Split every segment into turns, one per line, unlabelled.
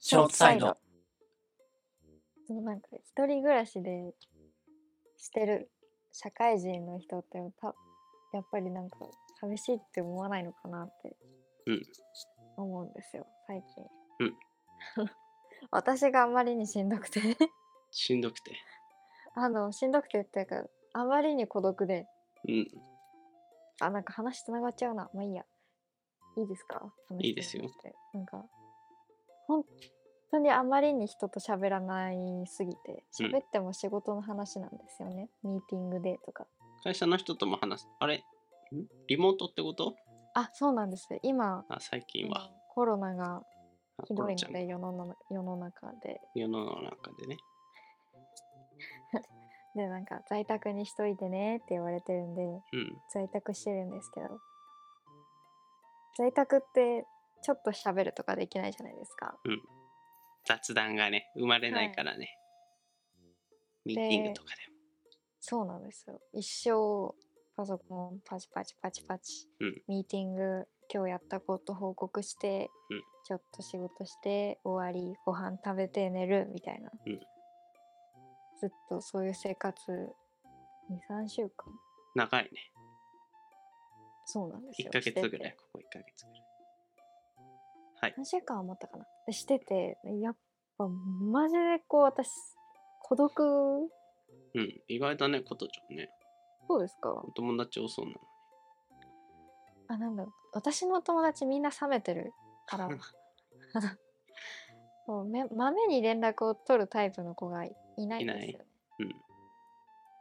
ショートサイド。
そうなんか一人暮らしでしてる社会人の人ってたやっぱりなんか寂しいって思わないのかなって
うん
思うんですよ最近。
うん
私があまりにしんどくて
しんどくて。
あのしんどくてっていうかあまりに孤独で
うん、
あなんか話つながっちゃうなまあいいやいいですか話
いいですよ
つながってなんか本当にあまりに人と喋らないすぎて
うん
喋っても仕事の話なんですよね、ミーティングでとか
会社の人とも話す。あれんリモートってこと
あそうなんです今
あ、最近
あ
は
の。コロナが
あ
ひ
コ
ど
ロ
い
ちゃ
の
ん
で世の中世の中で
世の中でね。
でなんか在宅にしといてねって言われてるんで
うん。
在宅してるんですけど在宅ってちょっと喋るとかできないじゃないですか
雑談がね、生まれないからね。ミーティングとかでも。
そうなんですよ。一生パソコンパチパチパチパチ、
うん
ミーティング今日やったこと報告して、
うん
ちょっと仕事して終わりご飯食べて寝るみたいな、
うん
ずっとそういう生活23週間
長いね。
そうなんです
1
よ。
ヶ月ぐら
して
い
て。、
ここ1ヶ月ぐらい。はい。
何週間は持ったかなでしててやっぱマジでこう私孤独
うん。意外だね、ことちゃんね。
そうですか
お友達多そうなの。
あなんだろう私のお友達みんな冷めてる からあのこうめまめに連絡を取るタイプの子がいないんですよ、ね
いないうん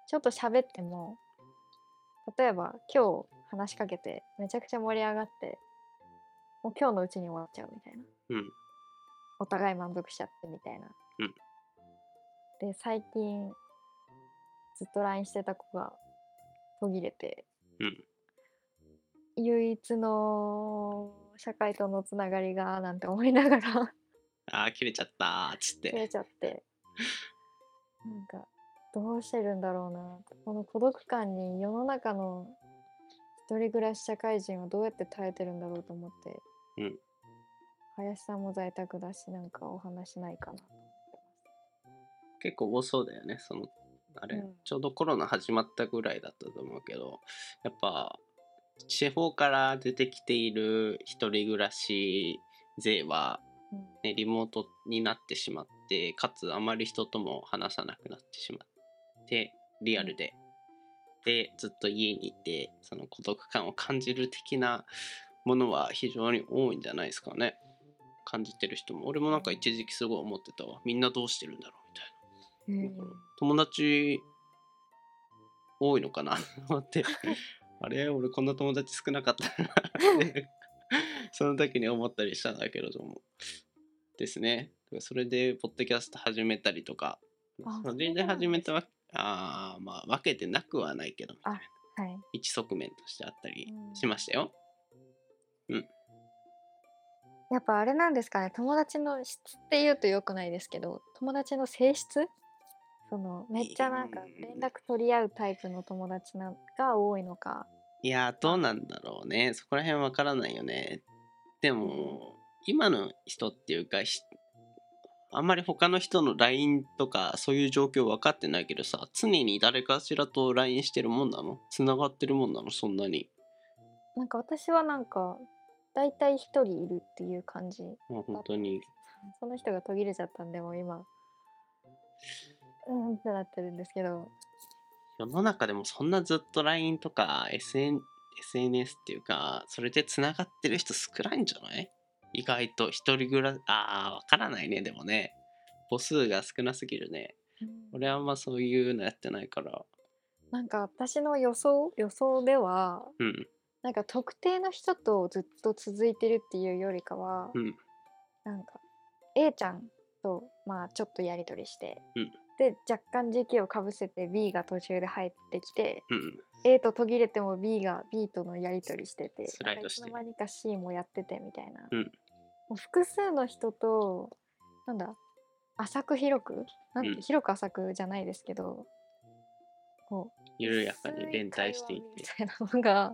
ちょっと喋っても例えば今日話しかけてめちゃくちゃ盛り上がってもう今日のうちに終わっちゃうみたいな
うん。
お互い満足しちゃってみたいな、
うん
で最近ずっと LINE してた子が途切れて、
うん
唯一の社会とのつながりがなんて思いながら
あー、切れちゃったーっつっ
切れ
て。
ちゃってなんかどうしてるんだろうなこの孤独感に世の中の一人暮らし社会人はどうやって耐えてるんだろうと思って、
うん
林さんも在宅だしなんかお話ないかな
結構多そうだよね。その、あれ、
うん
ちょうどコロナ始まったぐらいだったと思うけど、やっぱ、地方から出てきている一人暮らし勢は、
うん
ね、リモートになってしまってかつあまり人とも話さなくなってしまってリアルで、でずっと家にいてその孤独感を感じる的なものは非常に多いんじゃないですかね感じてる人も俺もなんか一時期すごい思ってたわみんなどうしてるんだろうみたいな
うん
友達多いのかな 思ってあれ俺こんな友達少なかったなって その時に思ったりしたんだけれどもですねそれでポッドキャスト始めたりとか
あ
個人で
そうなんです
始めたわあーまあ分けてなくはないけどみたいな
あはい。
一側面としてあったり
うん
しましたよ、
やっぱあれなんですかね、友達の質って言うと良くないですけど、友達の性質そのめっちゃなんか
うん
連絡取り合うタイプの友達なんが多いのか。
いやーどうなんだろうねそこら辺わからないよねでも今の人っていうかひあんまり他の人の LINE とかそういう状況分かってないけどさ常に誰かしらと LINE してるもんなの繋がってるもんなのそんなに
なんか私はなんか、だいたい一人いるっていう感じ。
もう本当に
その人が途切れちゃったんで、もう今、うんってなってるんですけど、
世の中でもそんなずっと LINE とか SN SNS っていうかそれで繋がってる人少ないんじゃない意外と一人ぐらあー分からないねでもね母数が少なすぎるね俺はあんまそういうのやってないから
なんか私の予想、予想では、
うん
なんか特定の人とずっと続いてるっていうよりかは、
うん
なんか A ちゃんとまあちょっとやり取りして、
うん
で若干時期をかぶせて B が途中で入ってきて
うん
A と途切れても B が B とのやり取りしてて
スライドして
なんかいつの間にか C もやっててみたいな、
うん
もう複数の人となんだ浅く広くなんて、
うん
広く浅くじゃないですけどこう
緩やかに連帯してい
薄
て
会話みたいなのが。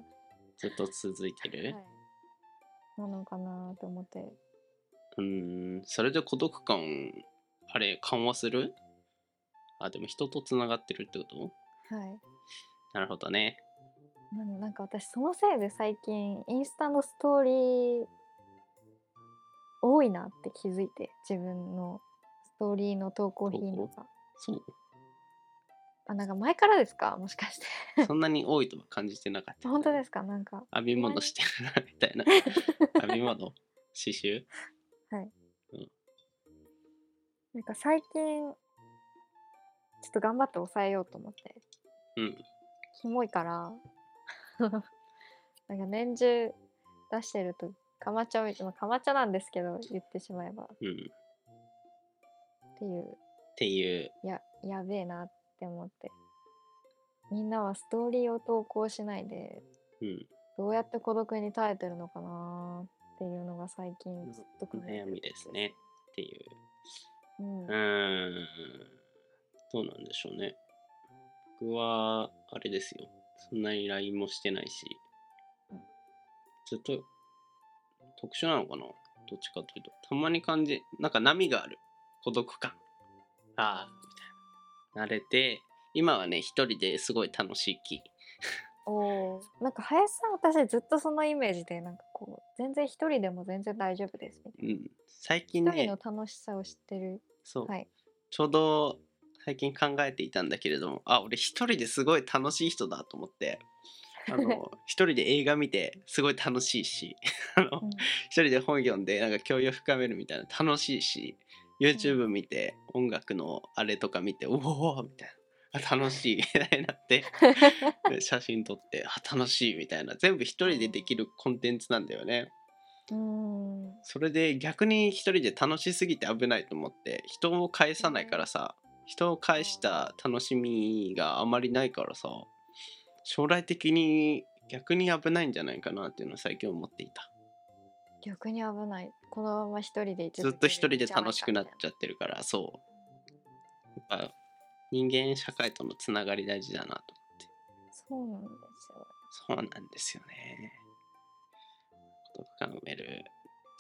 ずっと続いてる、
はい、なのかなと思って
うーんそれで孤独感あれ緩和するあでも人とつながってるってこと
はい
なるほどね
なのなんか私そのせいで最近インスタのストーリー多いなって気づいて自分のストーリーの投稿頻度が
そう
あなんか前からですかもしかして
そんなに多いとは感じてなかった
本当ですかなんか
編み物してるなみた いな編み物刺繍
なんか最近ちょっと頑張って抑えようと思って
うん
キモいから なんか年中出してるとかまちゃみまあかまちゃなんですけど言ってしまえばっ
うん
ていう
っていう
ややべえなって思ってみんなはストーリーを投稿しないで
うん
どうやって孤独に耐えてるのかなっていうのが最近ずっと考えてる
悩みですねっていう
うん
うーんどうなんでしょうね僕はあれですよそんなに LINE もしてないし
うん
ずっと特殊なのかなどっちかというとたまに感じなんか波がある孤独感ああみたいな慣れて今はね一人ですごい楽しい気
おーなんか林さん私ずっとそのイメージでなんかこう全然一人でも全然大丈夫ですみたい
うん最近
な一人
ね
の楽しさを知ってる
そう、
はい
ちょうど最近考えていたんだけれどもあ俺一人ですごい楽しい人だと思ってあの一人で映画見てすごい楽しいしあの
うん
一人で本読んでなんか教養深めるみたいな楽しいし YouTube 見て音楽のあれとか見ておおみたいなあ楽しいみたいになってで写真撮ってあ楽しいみたいな全部一人でできるコンテンツなんだよね。
うー ん
それで逆に一人で楽しすぎて危ないと思って人を返さないからさ人を返した楽しみがあまりないからさ将来的に逆に危ないんじゃないかなっていうのを最近思っていた
逆に危ないこのまま一人で居
ずっと一
続け
人
る
で
んじゃいか
楽しくなっちゃってるからそうやっぱ人間社会とのつながり大事だなと思って
そうなんですよ
そうなんですよね孤独感埋める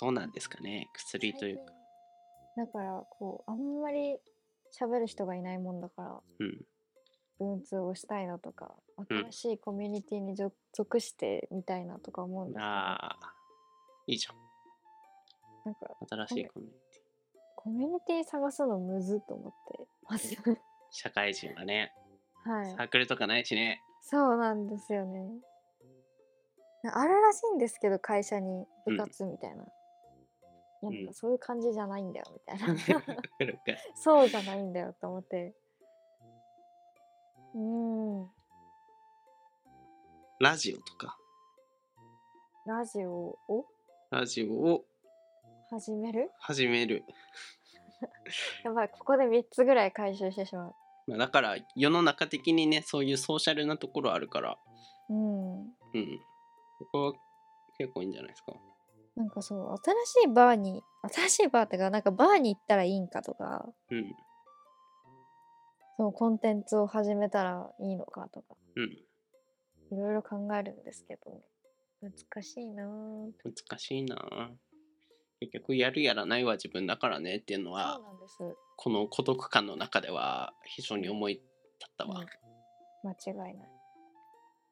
どうなんですかね薬というか
最近だからこうあんまり喋る人がいないもんだから
うん
文通をしたいなとか
うん
新しいコミュニティに属属してみたいなとか思うんですけど、
ああいいじゃん
なんか
新しいコミュニティ
コミュニティ探すのむずっと思ってます。
社会人はね、
はい
サークルとかないし ね
そうなんですよね。なあるらしいんですけど会社に
うん
部活みたいな。いやなん
うん
かそういう感じじゃないんだよみたいな
わ かるわかる
そうじゃないんだよと思ってうーん
ラジオとか
ラジオを
ラジオを
始める
始める、
やばいここで3つぐらい回収してしまう
まあ、だから世の中的にねそういうソーシャルなところあるから
うん
うんそこは結構いいんじゃないですか
なんかそう新しいバーに新しいバーってかなんかバーに行ったらいいんかとか
うん
そのコンテンツを始めたらいいのかとか
うん
いろいろ考えるんですけど難しいなぁ
難しいなあ結局やるやらないは自分だからねっていう
そ
のは
うなんです
この孤独感の中では非常に思い立ったわ、
うん間違いない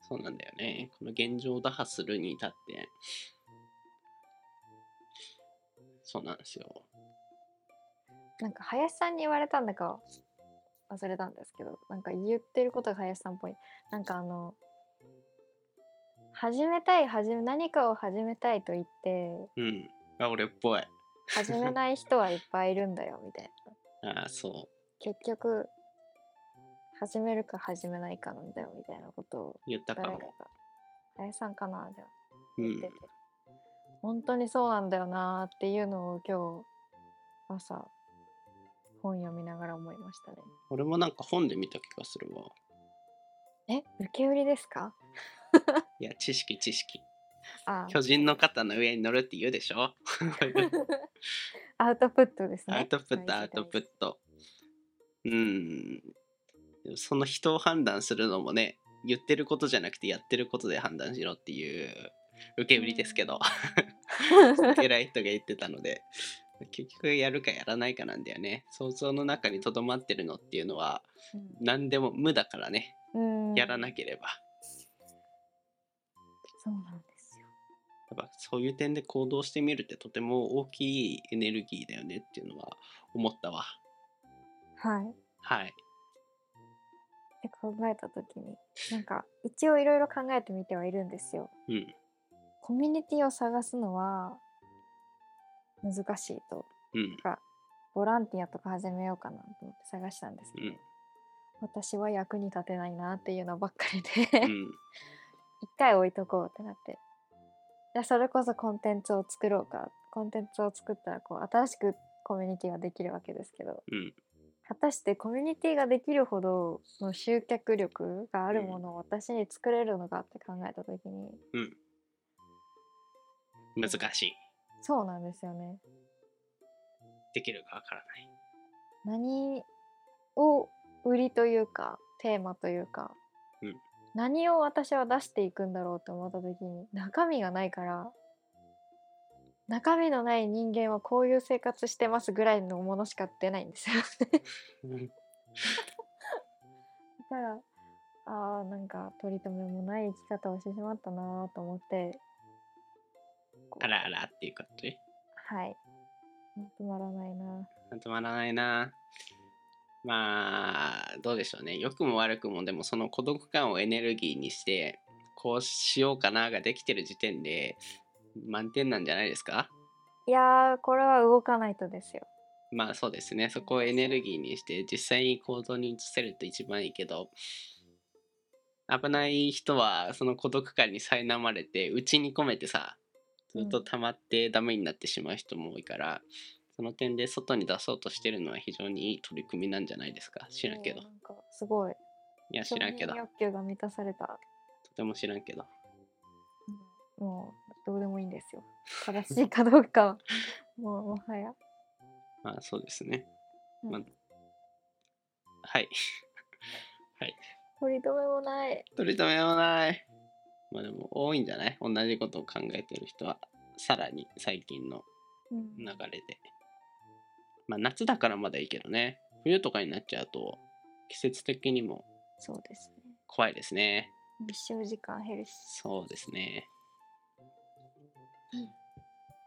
そうなんだよね。この現状を打破するに至って、そうなんですよ。
なんか林さんに言われたんだか忘れたんですけどなんか言ってることが林さんっぽいなんかあの始めたい始め何かを始めたいと言って
うん。あ、俺っぽい。
始めない人はいっぱいいるんだ よみたいな
あーそ
結局始めるか始めないかなんだよみたいなことを
う。言ったか
誰
も
かが。林さんかなじゃあ
う
言ってて、
ん。
本当にそうなんだよなーっていうのを今日朝本読みながら思いましたね
俺もなんか本で見た気がするわ。
え受け売りですか
いや、知識知識。
あー
巨人の肩の上に乗るって言うでしょ
アウトプットですね。
アウトプット、アウトプット。うん。でもその人を判断するのもね、言ってることじゃなくてやってることで判断しろ っていう受け売りですけど。
ト
偉い人が言ってたので結局やるかやらないかなんだよね想像の中にとどまってるのっていうのは何でも無だからね
うん、
やらな
き
ければ
そうなんですよ。
やっぱそういう点で行動してみるってとても大きいエネルギーだよねっていうのは思ったわ
はい。
はい
で考えた時になんか一応いろいろ考えてみてはいるんですよ。
うん
コミュニティを探すのは難しいと
うん
ボランティアとか始めようかなと思って探したんですけど、
うん
私は役に立てないなっていうのばっかりで
う
一
ん
回置いとこうってなってじゃあそれこそコンテンツを作ろうかコンテンツを作ったらこう新しくコミュニティができるわけですけど
うん
果たしてコミュニティができるほどの集客力があるものを私に作れるのかって考えた時に
難しい
そうなんですよね
できるかわからない
何を売りというかテーマというか、
うん
何を私は出していくんだろうと思った時に中身がないから中身のない人間はこういう生活してますぐらいのものしか出ないん ですよ。
うん
だからあーなんか取り留めもない生き方をしてしまったなーと思って
あらあらっていうことね
はいまとまらないな
止まらないなまあどうでしょうね良くも悪くもでもその孤独感をエネルギーにしてこうしようかなができてる時点で満点なんじゃないですか
いやーこれは動かないとですよ。
まあそうですねそこをエネルギーにして実際に行動に移せると一番いいけど危ない人はその孤独感に苛まれて内に込めてさずっと溜まってダメになってしまう人も多いから、その点で外に出そうとしてるのは非常にいい取り組みなんじゃないですか知らんけど
もうなんかすごい
いや知らんけど
承認欲求が満たされた
とても知らんけど
もうどうでもいいんです よ。正しいかどうかはもうもはや。
まあそうですね
うん
まあはい はい
取り留めもない。
取り留めもないまあでも多いんじゃない同じことを考えてる人はさらに最近の
うん
流れでまあ夏だからまだいいけどね冬とかになっちゃうと季節的にも
そうですね。
怖いですね
日照時間減るし。
そうですね。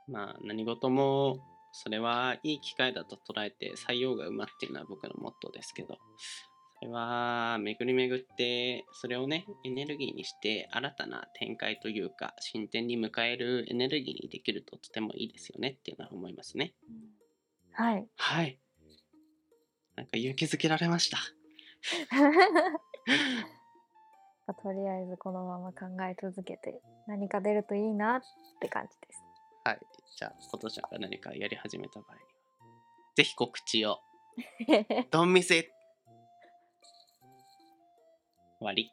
まあ何事もそれはいい機会だと捉えて採用が馬っていうのは僕のモットーですけどそれは巡り巡ってそれをねエネルギーにして新たな展開というか進展に迎えるエネルギーにできるととてもいいですよねっていうのは思いますね。
うんはい。
はい。なんか勇気づけられま した。
とりあえずこのまま考え続けて何か出るといいなって感じです。
じゃあ琴ちゃんが何かやり始めた場合にはぜひ告知を。ドン見せ終わり。